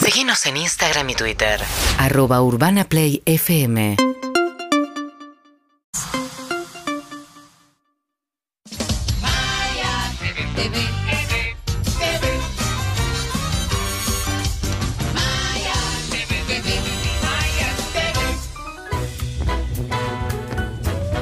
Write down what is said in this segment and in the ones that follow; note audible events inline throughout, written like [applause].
Seguinos en Instagram y Twitter. Arroba Urbana Play FM.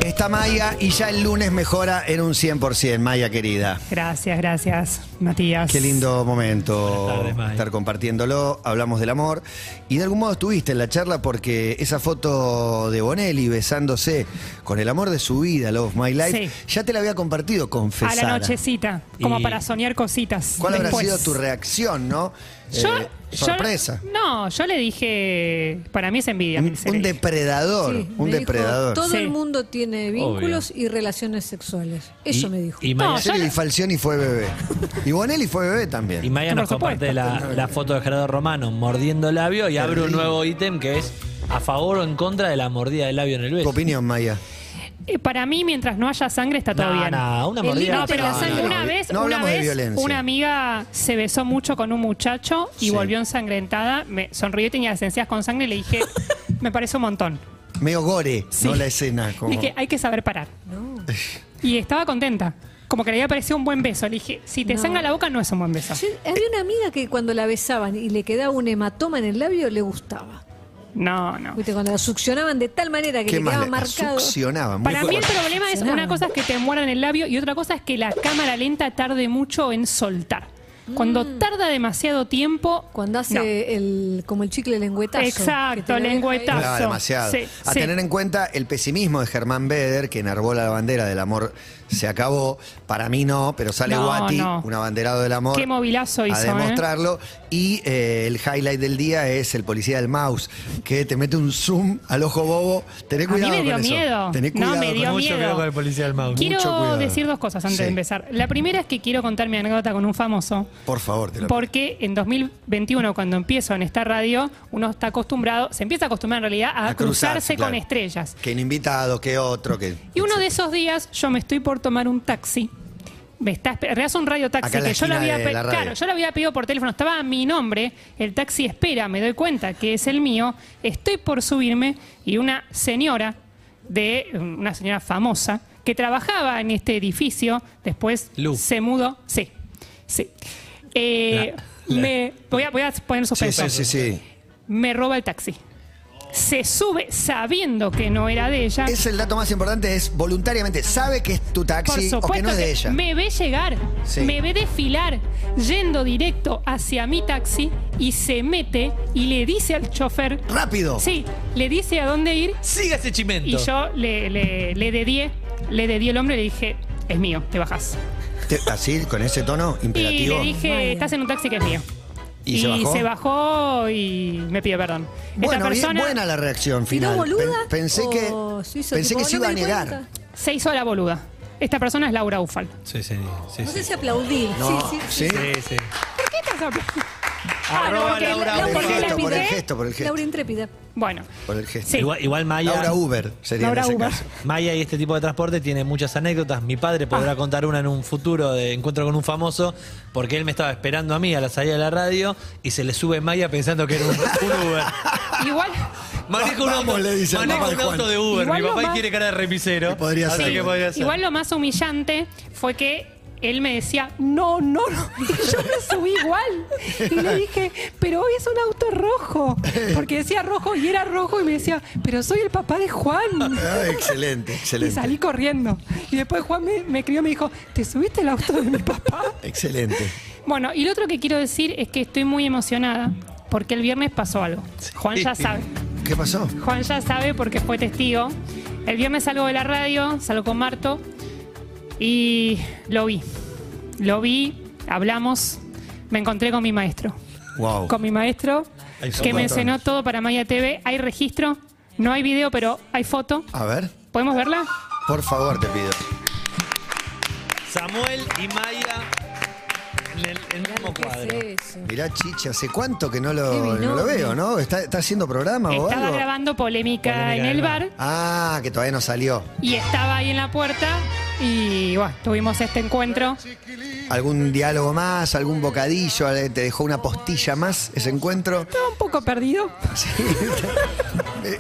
Está Maya y ya el lunes mejora en un 100%, Maya querida. Gracias, gracias, Matías. Qué lindo momento Buenas tardes, Maya. estar compartiéndolo, hablamos del amor y de algún modo estuviste en la charla porque esa foto de Bonelli besándose con el amor de su vida, Love of My Life, Sí. ya te la había compartido, A confesar. la nochecita, como Y- para soñar cositas. ¿Cuál después. habrá sido tu reacción, no? Yo- Eh, yo- sorpresa. no, yo le dije, para mí es envidia. Un, Milce, un le dije. depredador, Sí, un me dijo, depredador. Todo Sí. el mundo tiene vínculos y relaciones sexuales. Eso Y- me dijo. Y No, Maya, yo- Marcelo Di Falcioni fue bebé. Y Bonelli fue bebé también. y Maya Por nos comparte la, la foto de Gerardo Romano mordiendo el labio y abre un nuevo ítem que es a favor o en contra de la mordida del labio en el ¿Tu beso. opinión, Maya? Eh, para mí, mientras no haya sangre, está todo No, bien. no, una El mordida. límite No, pero la sangre. una vez, No una, hablamos de vez, violencia. una amiga se besó mucho con un muchacho y Sí. volvió ensangrentada. Me sonrió y tenía las encías con sangre y le [laughs] dije, me parece un montón. Medio gore, Sí. no la escena. Como... Dije, hay que saber parar. Y estaba contenta. Como que le había parecido un buen beso. Le dije, si te No. sangra la boca, no es un buen beso. Yo- había una amiga que cuando la besaban y le quedaba un hematoma en el labio, le gustaba. No, no. Viste, Cuando la succionaban de tal manera que ¿Qué le más quedaba le la marcado. succionaba? muy Para mí el fuerte. problema es, Claro. una cosa es que te mueran el labio y otra cosa es que la cámara lenta tarde mucho en soltar. Cuando tarda demasiado tiempo... Mm. Cuando hace no. el, como el chicle lengüetazo. que te Exacto, la deja ahí. lengüetazo. Claro, Ah, demasiado. Sí, a sí. tener en cuenta el pesimismo de Germán Beder, que enarbola la bandera del amor se acabó. Para mí no, pero sale No, Guati, no. un abanderado del amor. Qué movilazo hizo, A ¿eh? demostrarlo. Y eh, el highlight del día es el policía del mouse, que te mete un zoom al ojo bobo. Tené A mí cuidado me dio con eso. miedo. Tené No, cuidado me con dio Mucho miedo. cuidado con el policía del mouse. Mucho cuidado. Quiero decir dos cosas antes Sí. de empezar. La primera es que quiero contar mi anécdota con un famoso. Por favor, te lo Porque en 2021, cuando empiezo en esta radio, uno está acostumbrado, se empieza a acostumbrar en realidad a, A cruzarse, con claro. estrellas. Que un invitado, que otro, que. Y uno de esos días yo me estoy por tomar un taxi. Me está esper- en realidad es un radio taxi Acá en la que yo lo esquina había de pe- la radio. claro, yo lo había pedido por teléfono, estaba a mi nombre, el taxi espera, me doy cuenta que es el mío, estoy por subirme y una señora de una señora famosa que trabajaba en este edificio, después Lu. se mudó, sí. Sí. Eh, La- la- me voy a, voy a poner Sí, suspenso sí, sí, sí. me roba el taxi. Se sube sabiendo que no era de ella. Es el dato más importante, es voluntariamente. Sabe que es tu taxi o que no es de que ella. me ve llegar, Sí. me ve desfilar, yendo directo hacia mi taxi y se mete y le dice al chofer, ¡Rápido! sí, le dice a dónde ir Siga ese chimento. y yo le, le, le dedié, le dedié el hombre y le dije, es mío, te bajás. Te- así, con ese tono Y imperativo. le dije, Vaya. estás en un taxi que es mío. ¿Y se bajó? bajó y me pide perdón. bueno, Esta bien- persona buena la reacción ¿Tiró final. boluda? Pen- pensé ¿O que se hizo pensé tipo, que se "No iba a me di negar. cuenta"? se hizo la boluda. Esta persona es Laura Ufal. Sí, sí, sí. No sé sí. si aplaudir. No, sí, sí, sí. Sí, sí. ¿Por qué estás apl- Ah, no, Arroba porque Laura la- Laura por el porque la gesto, por el pité. gesto, por el gesto. Laura intrépida. Bueno, Por el gesto. Sí. Igual, igual Maya. Laura Uber sería Laura en ese Uber. caso. Maya y este tipo de transporte tiene muchas anécdotas. Mi padre Ah. podrá contar una en un futuro de encuentro con un famoso, porque él me estaba esperando a mí a la salida de la radio y se le sube Maya pensando que era un, un [laughs] Uber. igual, Maneja un auto, Vamos, le dice el maneja papá de un Juan. auto de Uber. Igual Mi lo papá más- quiere cara de repisero. Que podría así ser. que podría ser. igual lo más humillante fue que él me decía, no, no, no. [laughs] Y yo me subí igual. Y le dije, pero hoy es un auto rojo. Porque decía rojo y era rojo y me decía, pero soy el papá de Juan. Ah, excelente, Y excelente. salí corriendo. Y después Juan me, me crió y me dijo, ¿te subiste el auto de mi [laughs] papá? Excelente. Bueno, y lo otro que quiero decir es que estoy muy emocionada porque el viernes pasó algo. Juan [laughs] ya sabe. ¿Qué pasó? Juan ya sabe porque fue testigo. El viernes salgo de la radio, salgo con Marto y lo vi. Lo vi, hablamos, me encontré con mi maestro. Wow. Con mi maestro Ahí está que un me montón. enseñó todo para Maya TV. Hay registro, no hay video, pero hay foto. A ver, ¿Podemos verla? Ah, por favor, te pido. Samuel y Maya en el, en el mismo cuadro. ¿Qué es eso? Mirá, Chicha, hace cuánto que no Qué lo, binomio. no lo veo, ¿no? ¿Está, está haciendo programa o Estaba algo? grabando polémica, Polémica en de el bar. bar Ah, que todavía no salió. y estaba ahí en la puerta Y bueno, tuvimos este encuentro. ¿Algún diálogo más? ¿Algún bocadillo? Eh, ¿Te dejó una postilla más ese encuentro? [laughs] Estaba un poco perdido. Sí.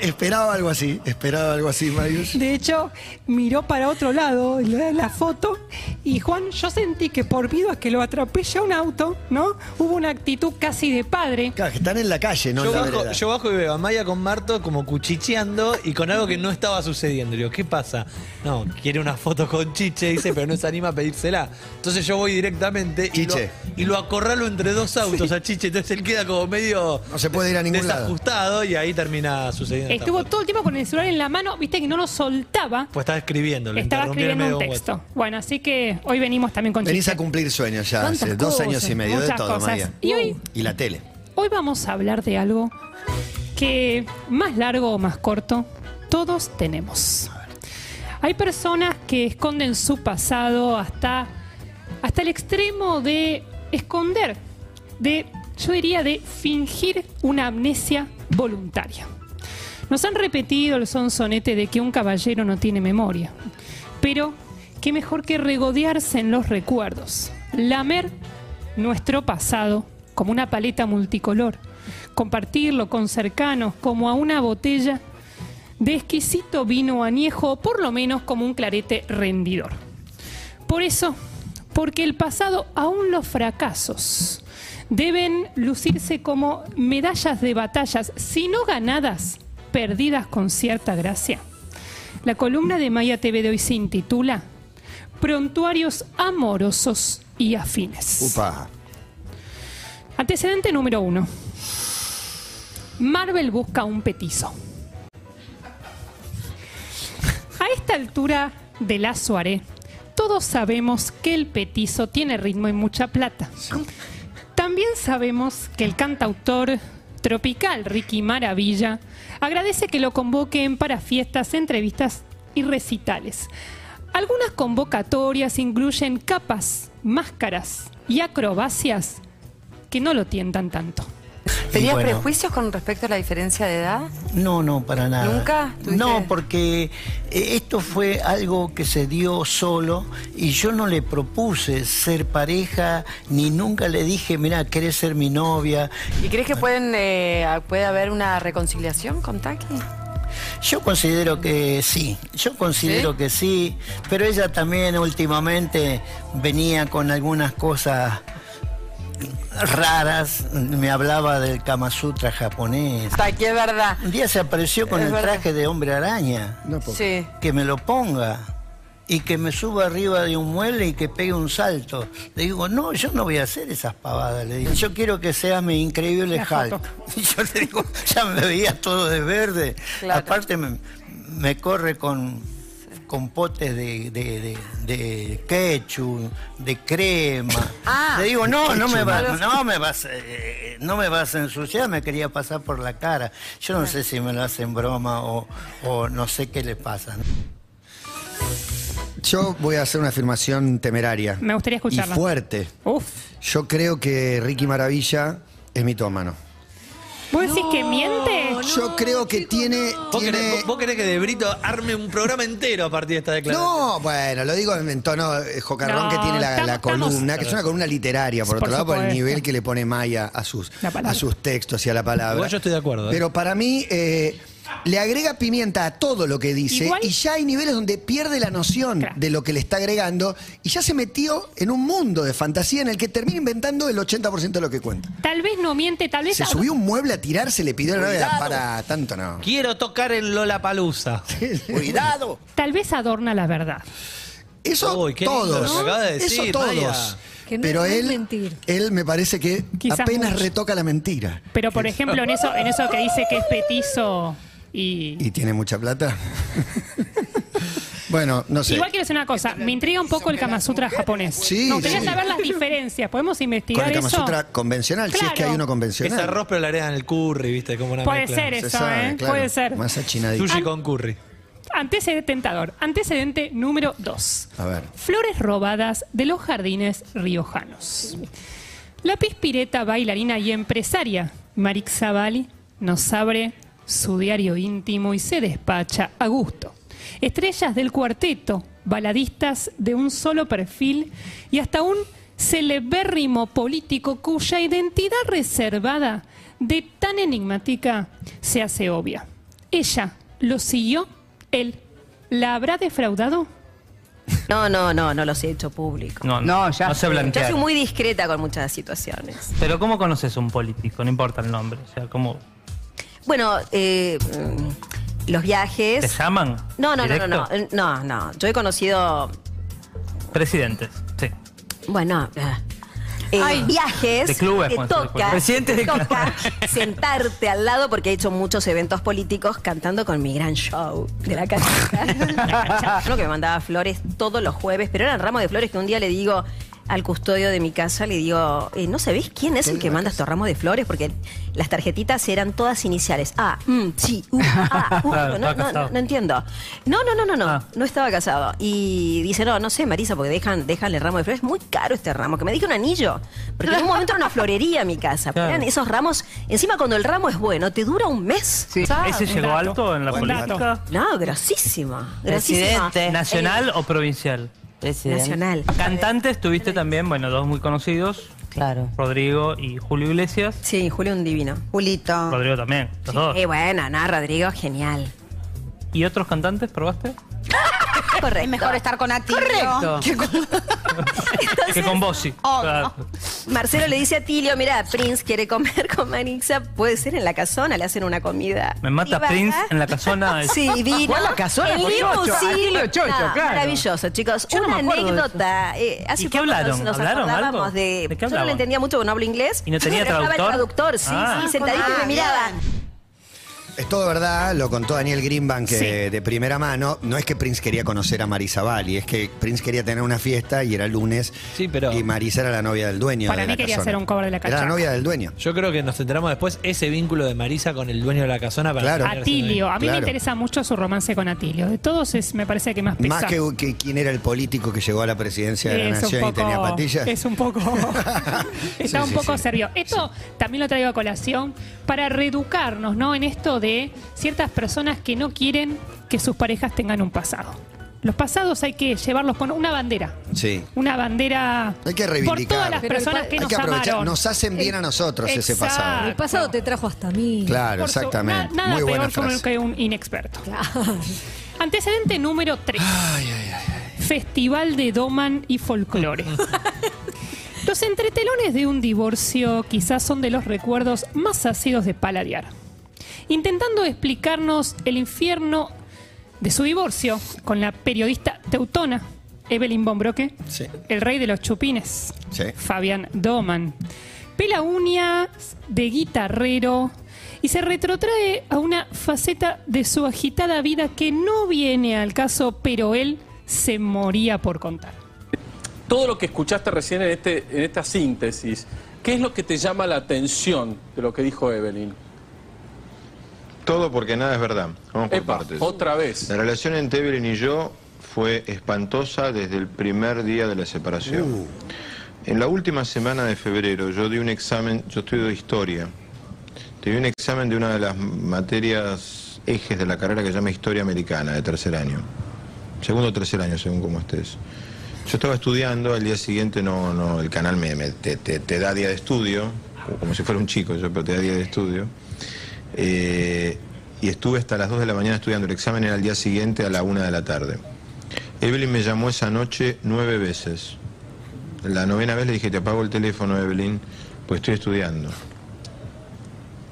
esperaba algo así, esperaba algo así, Marius. De hecho, miró para otro lado, le la foto, y Juan, yo sentí que por miedo a que lo atropella un auto, ¿no? Hubo una actitud casi de padre. Claro, que están en la calle, no yo, en la bajo, vereda. yo bajo y veo a Maya con Marto como cuchicheando y con algo que no estaba sucediendo. Le digo, ¿qué pasa? No, quiere una foto con Chiche, dice, pero no se anima a pedírsela. Entonces yo voy directamente y lo, Chiche. y lo acorralo entre dos autos a Chiche. Entonces él queda como medio No se puede ir a ningún lado. desajustado y ahí termina sucediendo. esta Estuvo foto. todo el tiempo con el celular en la mano, viste que no lo soltaba. Pues estaba escribiendo, lo Estaba interrumpí en escribiendo medio un de texto. WhatsApp. Bueno, así que hoy venimos también con Venís chistes. a cumplir sueños ya ¿Cuántas hace dos cosas? años y medio de Muchas todo, cosas. Maya. Y hoy- Y la tele. Hoy vamos a hablar de algo que, más largo o más corto, todos tenemos. Hay personas que esconden su pasado hasta, hasta el extremo de esconder, de, yo diría, de fingir una amnesia voluntaria. Nos han repetido el sonsonete de que un caballero no tiene memoria, pero qué mejor que regodearse en los recuerdos, lamer nuestro pasado como una paleta multicolor, compartirlo con cercanos como a una botella de exquisito vino añejo o por lo menos como un clarete rendidor. Por eso, porque el pasado, aún los fracasos, deben lucirse como medallas de batallas, si no ganadas, perdidas con cierta gracia. La columna de Maya TV de hoy se intitula Prontuarios amorosos y afines. Upa. Antecedente número uno. Marvel busca un petizo. A esta altura de la soirée, todos sabemos que el petizo tiene ritmo y mucha plata. También sabemos que el cantautor tropical Ricky Maravilla agradece que lo convoquen para fiestas, entrevistas y recitales. Algunas convocatorias incluyen capas, máscaras y acrobacias que no lo tientan tanto. ¿Tenías Y bueno. prejuicios con respecto a la diferencia de edad? No, no, para nada. ¿Nunca tuviste- No, porque eh, esto fue algo que se dio solo y yo no le propuse ser pareja ni nunca le dije, mira, querés ser mi novia. ¿Y crees que pueden, eh, puede haber una reconciliación con Taki? Yo considero que sí, yo considero que sí, pero ella también últimamente venía con algunas cosas raras, me hablaba del Kama Sutra japonés. Taki, es verdad. Un día se apareció con Es el verdad. traje de hombre araña. No puedo. Sí. que me lo ponga y que me suba arriba de un mueble y que pegue un salto. Le digo, no, yo no voy a hacer esas pavadas. Le digo, yo quiero que seas mi increíble La Hulk. foto. [laughs] Y yo le digo, ya me veía todo de verde. Claro. Aparte me, me corre con, con potes de, de, de- de ketchup, de crema. Ah. le digo, no, no me, va, no, me vas, eh, no me vas a ensuciar, me quería pasar por la cara. Yo no sé si me lo hacen broma o, o no sé qué le pasa. ¿no? Yo voy a hacer una afirmación temeraria. Me gustaría escucharla. Y fuerte. Uf. Yo creo que Ricky Maravilla es mitómano. ¿Vos decís que miente? Yo creo que tiene. ¿Vos, tiene- querés, vos- vos querés que De Brito arme un programa entero a partir de esta declaración? No, bueno, lo digo en en tono eh, jocarrón No, que tiene la, estamos- la columna, que es una columna literaria, por, Por otro lado, por el supuesto. nivel que le pone Maya a sus, La palabra. a sus textos y a la palabra. Igual yo estoy de acuerdo, ¿eh? Pero para mí, eh, le agrega pimienta a todo lo que dice Igual- y ya hay niveles donde pierde la noción Claro. de lo que le está agregando y ya se metió en un mundo de fantasía en el que termina inventando el 80% de lo que cuenta. Tal vez no miente, tal vez. Se subió un mueble a tirarse, le pidió la Cuidado. para tanto, no. [laughs] Quiero tocar en Lola Palusa. ¡Cuidado! Tal vez adorna la verdad. Eso Uy, qué lindo todos. lo que acaba de decir, eso todos. Maya. Que no Pero es- no es él, mentir. él me parece que Quizás apenas mucho. retoca la mentira. Pero por ejemplo, en eso, en eso que dice que es petizo y. ¿Y tiene mucha plata? [laughs] bueno, no sé. Igual quiero decir una cosa, me intriga un poco el Kama Sutra japonés. Sí, no, quería sí. saber las diferencias. ¿Podemos Con investigar el Kama eso? Sutra convencional, si es que Claro. hay uno Es convencional. arroz, pero le agregan el curry, ¿viste? Como una Puede mezcla. ser eh. Ah. Se eso, sabe, ¿eh? claro. Puede ser. Más achinadito. Sushi con curry. Antecedente tentador. Antecedente número 2. A ver. Flores robadas de los jardines riojanos. La pispireta, bailarina y empresaria Marix Zavalli nos abre su diario íntimo y se despacha a gusto. estrellas del cuarteto, baladistas de un solo perfil y hasta un celebérrimo político cuya identidad reservada de tan enigmática se hace obvia. Ella lo siguió, él la habrá defraudado. No, no, no, no los he hecho público. No, no, no sé Yo blanquear. soy muy discreta con muchas situaciones. Pero ¿cómo conoces un político? No importa el nombre. O sea, ¿cómo Bueno, eh, mm, los ¿Te viajes. llaman? No, no, no, no, ¿Directo? no, eh, no, no. Yo he conocido, Presidentes, sí. bueno, ah, eh, Ay. viajes De clubes, te Juan, de toca, clubes. Presidente te de toca sentarte al lado porque he hecho muchos eventos políticos cantando con mi gran show de la cancha. Uno que me mandaba flores todos los jueves, pero eran ramos de flores que un día le digo al custodio de mi casa, le digo, eh, ¿no sabés quién es el que manda estos ramos de flores? Porque las tarjetitas eran todas iniciales. Ah, mm, sí, uh, ah, uh, Claro, no, estaba no, casado. no, no entiendo. No, no, no, no, no. Ah. No estaba casado. Y dice, no, no sé, Marisa, porque dejan, dejan el ramo de flores. Es muy caro este ramo, que me dije un anillo. Porque en un momento era una florería mi casa. Claro. Eran esos ramos. Encima, cuando el ramo es bueno, te dura un mes. ¿Ese llegó dato. alto en la Buen dato. política? No, grosísimo. grosísimo. Presidente. ¿Nacional o provincial? Presidente. Nacional. Cantantes tuviste también, bueno, dos muy conocidos, Claro. Rodrigo y Julio Iglesias. Sí, Julio un divino. Julito. Rodrigo también, los Oh. dos. Y bueno, no, Rodrigo, genial. ¿Y otros cantantes probaste? Correcto. Es mejor estar con Atilio. Correcto. que con- que con Bossi. Oh, Claro. Marcelo le dice a Tilio, mira, Prince quiere comer [laughs] con Manixa, puede ser en la casona, le hacen una comida. Me mata Y va- Prince en la [laughs] casona. Sí, vino. Fue a la casona El por Chocho, ah, limusín. Atilio Chocho, No, claro. Maravilloso, chicos. Yo no una me acuerdo de anécdota. eh, hace ¿Y qué poco nos- hablaron? Nos, ¿Hablaron acordábamos algo? de. ¿De qué yo no hablaban? le entendía mucho porque no hablo inglés. [laughs] ¿Y no tenía Pero estaba el traductor? traductor, sí, Ah. sí, sentadito y me Ah, miraban. Es todo verdad, lo contó Daniel Greenbank que Sí. de primera mano. No es que Prince quería conocer a Marisa Bali, es que Prince quería tener una fiesta y era lunes. Sí, pero- Y Marisa era la novia del dueño. Para de mí la quería casona. hacer un cover de la Era cachaca. la novia del dueño. Yo creo que nos enteramos después ese vínculo de Marisa con el dueño de la casona para Claro. terminar siendo Atilio, a mí me Claro. interesa mucho su romance con Atilio. De todos es, me parece que más pesa. Más que, que quién era el político que llegó a la presidencia de la Es un nación y tenía poco- patillas. Es un poco. [laughs] está [laughs] Sí, un sí, poco sí. serio. Esto también lo traigo a colación para reeducarnos, ¿no? En esto de ciertas personas que no quieren que sus parejas tengan un pasado. Los pasados hay que llevarlos con una bandera. Sí. Una bandera Hay que por todas reivindicar. las Pero el personas pa- que Hay nos que aprovechar. amaron. Nos hacen bien a nosotros ese Exacto. pasado. El pasado te trajo hasta mí. [laughs] Claro, Por su- exactamente. na- nada Muy buena peor como el frase. que un inexperto. Antecedente número 3. Festival de Doman y folclore. los entretelones de un divorcio quizás son de los recuerdos más ácidos de paladear. Intentando explicarnos el infierno de su divorcio con la periodista teutona Evelyn Bombroque, Sí. el rey de los chupines. Sí. Fabián Doman. Pela uñas de guitarrero y se retrotrae a una faceta de su agitada vida que no viene al caso, pero él se moría por contar. Todo lo que escuchaste recién en, este, en esta síntesis, ¿qué es lo que te llama la atención de lo que dijo Evelyn? Todo porque nada es verdad. Vamos Epa, otra vez. relación entre Evelyn y yo fue espantosa desde el primer día de la separación. Uh. En la última semana de febrero yo di un examen, yo estudio historia, di un examen de una de las materias ejes de la carrera que se llama historia americana de tercer año, segundo o tercer año según como estés. Yo estaba estudiando, al día siguiente no, no, el canal me, me- te, te- te da día de estudio, como si fuera un chico yo, pero te da día de estudio. Eh, y estuve hasta las 2 de la mañana estudiando. El examen era al día siguiente a la 1 de la tarde. Evelyn me llamó esa noche nueve veces. La novena vez le dije, te apago el teléfono, Evelyn, pues estoy estudiando.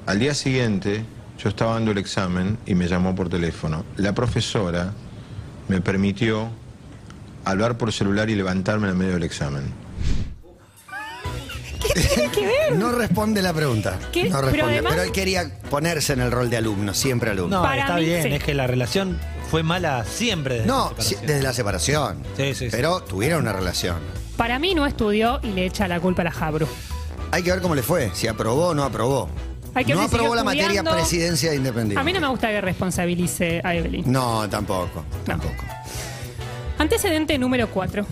Al día siguiente, yo estaba dando el examen y me llamó por teléfono. La profesora me permitió hablar por celular y levantarme en el medio del examen. No responde la pregunta. ¿Qué? No Pero responde. Pero, además- él quería ponerse en el rol de alumno, siempre alumno. No, Para está mí, bien, sí. es que la relación fue mala siempre desde No, la sí, separación. desde la separación. Sí, sí, sí. Pero tuvieron una relación. Para mí no estudió y le echa la culpa a la Jabru. Hay que ver cómo le fue, si aprobó o no aprobó. Hay que no ver si aprobó siguió la materia estudiando. presidencia independiente. A mí no me gusta que responsabilice a Evelyn. No, tampoco, tampoco. Antecedente número 4.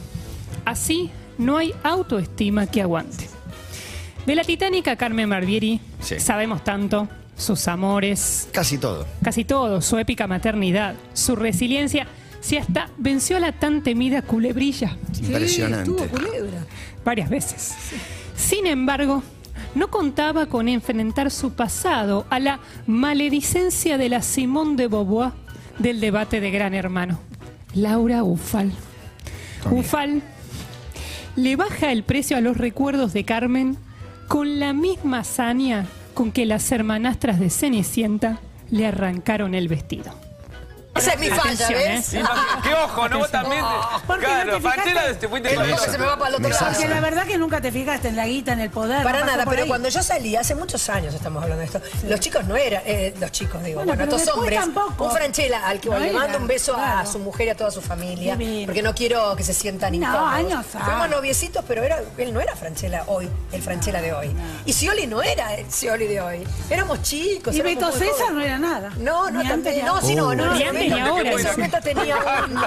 Así no hay autoestima que aguante. De la titánica Carmen Barbieri Sí. sabemos tanto, sus amores. Casi todo. Casi todo. Su épica maternidad, su resiliencia. Si hasta venció a la tan temida culebrilla. Impresionante. Tuvo culebra. varias veces. Sin embargo, no contaba con enfrentar su pasado a la maledicencia de la Simón de Beauvoir del debate de Gran Hermano, Laura Ufal. Ufal le baja el precio a los recuerdos de Carmen con la misma hazaña con que las hermanastras de Cenicienta le arrancaron el vestido. Esa es mi falla, Atención, ¿ves? ¿eh? ¡Qué ojo, no! Vos también. Ah. te- ¿Por qué claro, no te fijaste? Franchella, te fuiste Qué con loco esa. que se me va para el otro lado. Porque la verdad que nunca te fijaste en la guita, en el poder. Para no pasó nada, por pero ahí. cuando yo salí, hace muchos años estamos hablando de esto, los chicos no eran, eh, los chicos digo, bueno, pero estos después hombres, tampoco. un Franchella al que No le eran, mando un beso a claro. su mujer y a toda su familia, Divino. porque no quiero que se sientan No, incómodos. años Fuimos hay. noviecitos, pero era, él no era Franchella hoy, el Franchella de hoy. Y Scioli no era el Scioli de hoy, éramos chicos. Y éramos Beto muy César jóvenes. no era nada. No, no, Ni antes también, ni no, ahora. sí, no, no, Ni no, antes ni no, ahora. En esos momentos tenía [laughs] un,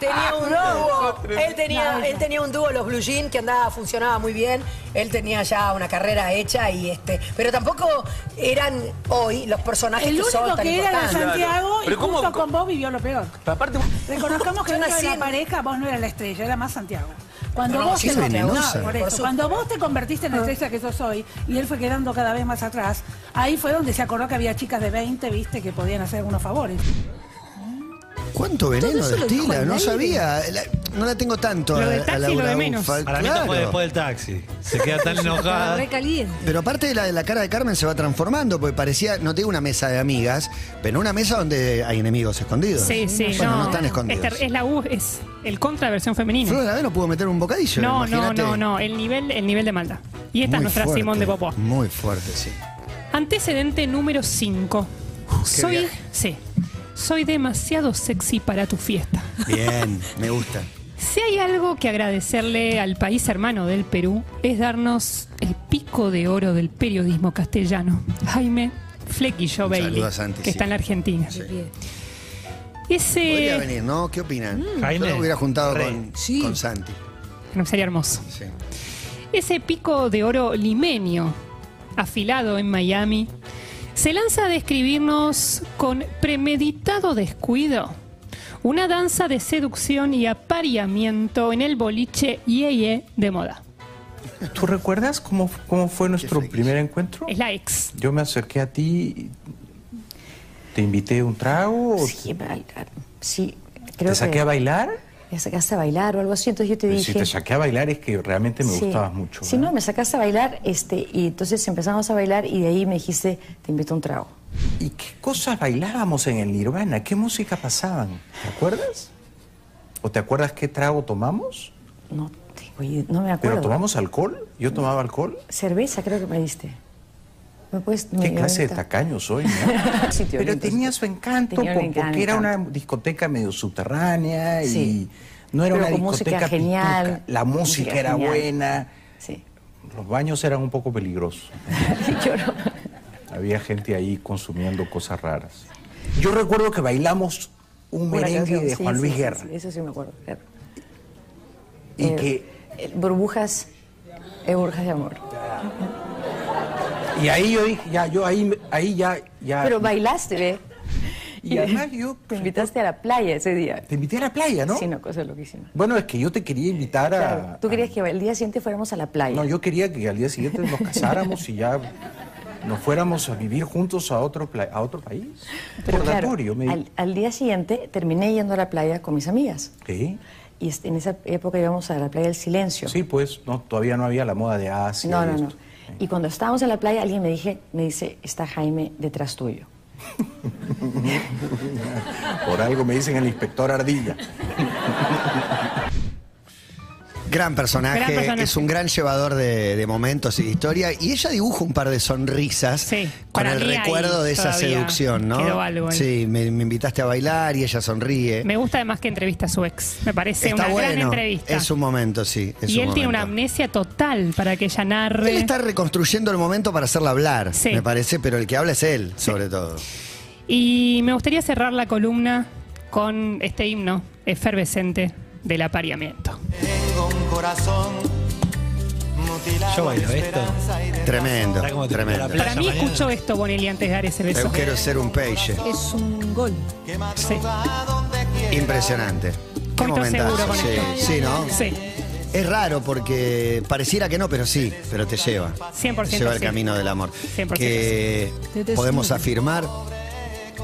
tenía un dúo, él tenía, él tenía un dúo, los Blue Jean, que andaba, funcionaba muy bien, él tenía ya una carrera hecha y este, pero tampoco eran hoy los personajes Ah, El que son único tan que era era importantes. Santiago y Pero ¿cómo- junto con vos vivió lo peor. aparte, Reconozcamos que Yo dentro de nací la en- pareja vos no eras la estrella, era más Santiago. Cuando No, vos sí, te es venenosa. no, por eso. Por supuesto. Ah. Cuando vos te convertiste en la estrella que sos hoy y él fue quedando cada vez más atrás, ahí fue donde se acordó que había chicas de 20, viste, que podían hacer algunos favores. ¿Cuánto veneno eso lo dijo destila? al No aire. sabía. La- no la tengo tanto Lo a, del a taxi, Laura lo de menos. Ufal. Para mí esto fue después del taxi. Se queda tan enojada. Recaliente. Pero aparte de la, la cara de Carmen se va transformando, porque parecía, no te digo una mesa de amigas, pero una mesa donde hay enemigos escondidos. Sí, sí, Bueno, no, no. están escondidos. Es, ter- es la U, es el contra versión femenina. Flor de la B no pudo meter un bocadillo. No, no, imagínate. no, no. El nivel, el nivel de maldad. Y esta Muy es nuestra fuerte, Simón de Popó. Muy fuerte, sí. Antecedente número 5. qué Soy. viaje. Sí. Soy demasiado sexy para tu fiesta. Bien, me gusta. Si hay algo que agradecerle al país hermano del Perú, es darnos el pico de oro del periodismo castellano. Jaime Flequillo Un Bailey, saludo a Santi, que sí. está en la Argentina. Podría Ese. venir, ¿no? ¿Qué opinan? Mm. Jaime, Yo lo hubiera juntado con, Sí. con Santi. No, Sería hermoso. Sí. Ese pico de oro limenio, afilado en Miami, se lanza a describirnos con premeditado descuido. Una danza de seducción y apareamiento en el boliche Yeye de moda. ¿Tú recuerdas cómo, cómo fue nuestro primer encuentro? Es la ex. Yo me acerqué a ti, te invité un trago, Sí, bailar. Sí, creo te saqué que a bailar. me sacaste a bailar o algo así, entonces yo te Y dije... si te saqué a bailar es que realmente me Sí. gustabas mucho. Sí, no, me sacaste a bailar este, y entonces empezamos a bailar y de ahí me dijiste, te invito a un trago. ¿Y qué cosas bailábamos en el Nirvana? ¿Qué música pasaban? ¿Te acuerdas? ¿O te acuerdas qué trago tomamos? No, oye, no me acuerdo. ¿Pero tomamos alcohol? ¿Yo tomaba alcohol? Cerveza creo que me diste. ¿Me puedes...? ¿Qué me- clase de ahorita? tacaño soy? ¿no? [laughs] Sí, te Pero oriento, tenía sí. su encanto Tenía un por- porque era encanto. una discoteca medio subterránea y Sí. no era Pero una con música discoteca genial, pituca. La música música era genial. buena. Sí. Los baños eran un poco [laughs] peligrosos. Había gente ahí consumiendo cosas raras. Yo recuerdo que bailamos un Una merengue canción, de sí, Juan sí, Luis sí, Guerra sí, eso sí me acuerdo. claro. y Eh, que eh, Burbujas, eh, burbujas de amor. y ahí yo dije ya yo ahí me- ahí ya ya Pero bailaste, ¿ve? Ah. Y además yo- [laughs] Te invitaste a la playa ese día. te invité a la playa, ¿no? Ah. Sí, no, cosa loquísima. Bueno, es que yo te quería invitar a Claro, Tú querías que el día siguiente fuéramos a la playa. No, yo quería que al día siguiente nos casáramos y ya nos fuéramos a vivir juntos a otro, pla- a otro país. Pero claro, Purgatorio, me- al, al día siguiente terminé yendo a la playa con mis amigas. Sí, Y este, en esa época íbamos a la playa del silencio. sí, pues no, todavía no había la moda de Asia. no, y no, no. esto. Y cuando estábamos en la playa, alguien me, dije, me dice, está Jaime detrás tuyo. Por algo me dicen el inspector Ardilla. Gran personaje, Gran personaje. es un gran llevador de, de momentos y de historia. Y ella dibuja un par de sonrisas con para el mí ahí recuerdo de esa todavía seducción, ¿no? quedó algo ahí. Sí, me, me invitaste a bailar y ella sonríe. Me gusta además que entrevista a su ex. Me parece Está una gran bueno, entrevista. Es un momento, sí. es y él un tiene una momento. amnesia total para que ella narre. Él está reconstruyendo el momento para hacerla hablar, Sí. me parece, pero el que habla es él, sobre todo. Y me gustaría cerrar la columna con este himno efervescente del apareamiento. Tengo un corazón Yo bailo esto. Tremendo, tremendo. Para mí escucho esto, Bonelli, antes de dar ese beso. Yo quiero ser un page. Es un gol. Sí. Impresionante. Qué Coito seguro con Sí, esto. sí, ¿no? Sí. Es raro porque pareciera que no, pero sí, pero te lleva. 100% Te lleva el sí. camino del amor. 100% Que sí. Te podemos desnudo. afirmar,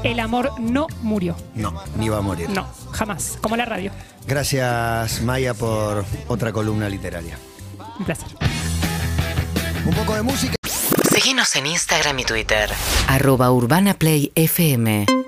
El amor no murió. no, ni va a morir. No, jamás. Como la radio. Gracias, Maya, por otra columna literaria. Un placer. Un poco de música. Seguinos en Instagram y Twitter. arroba urbanaplayfm.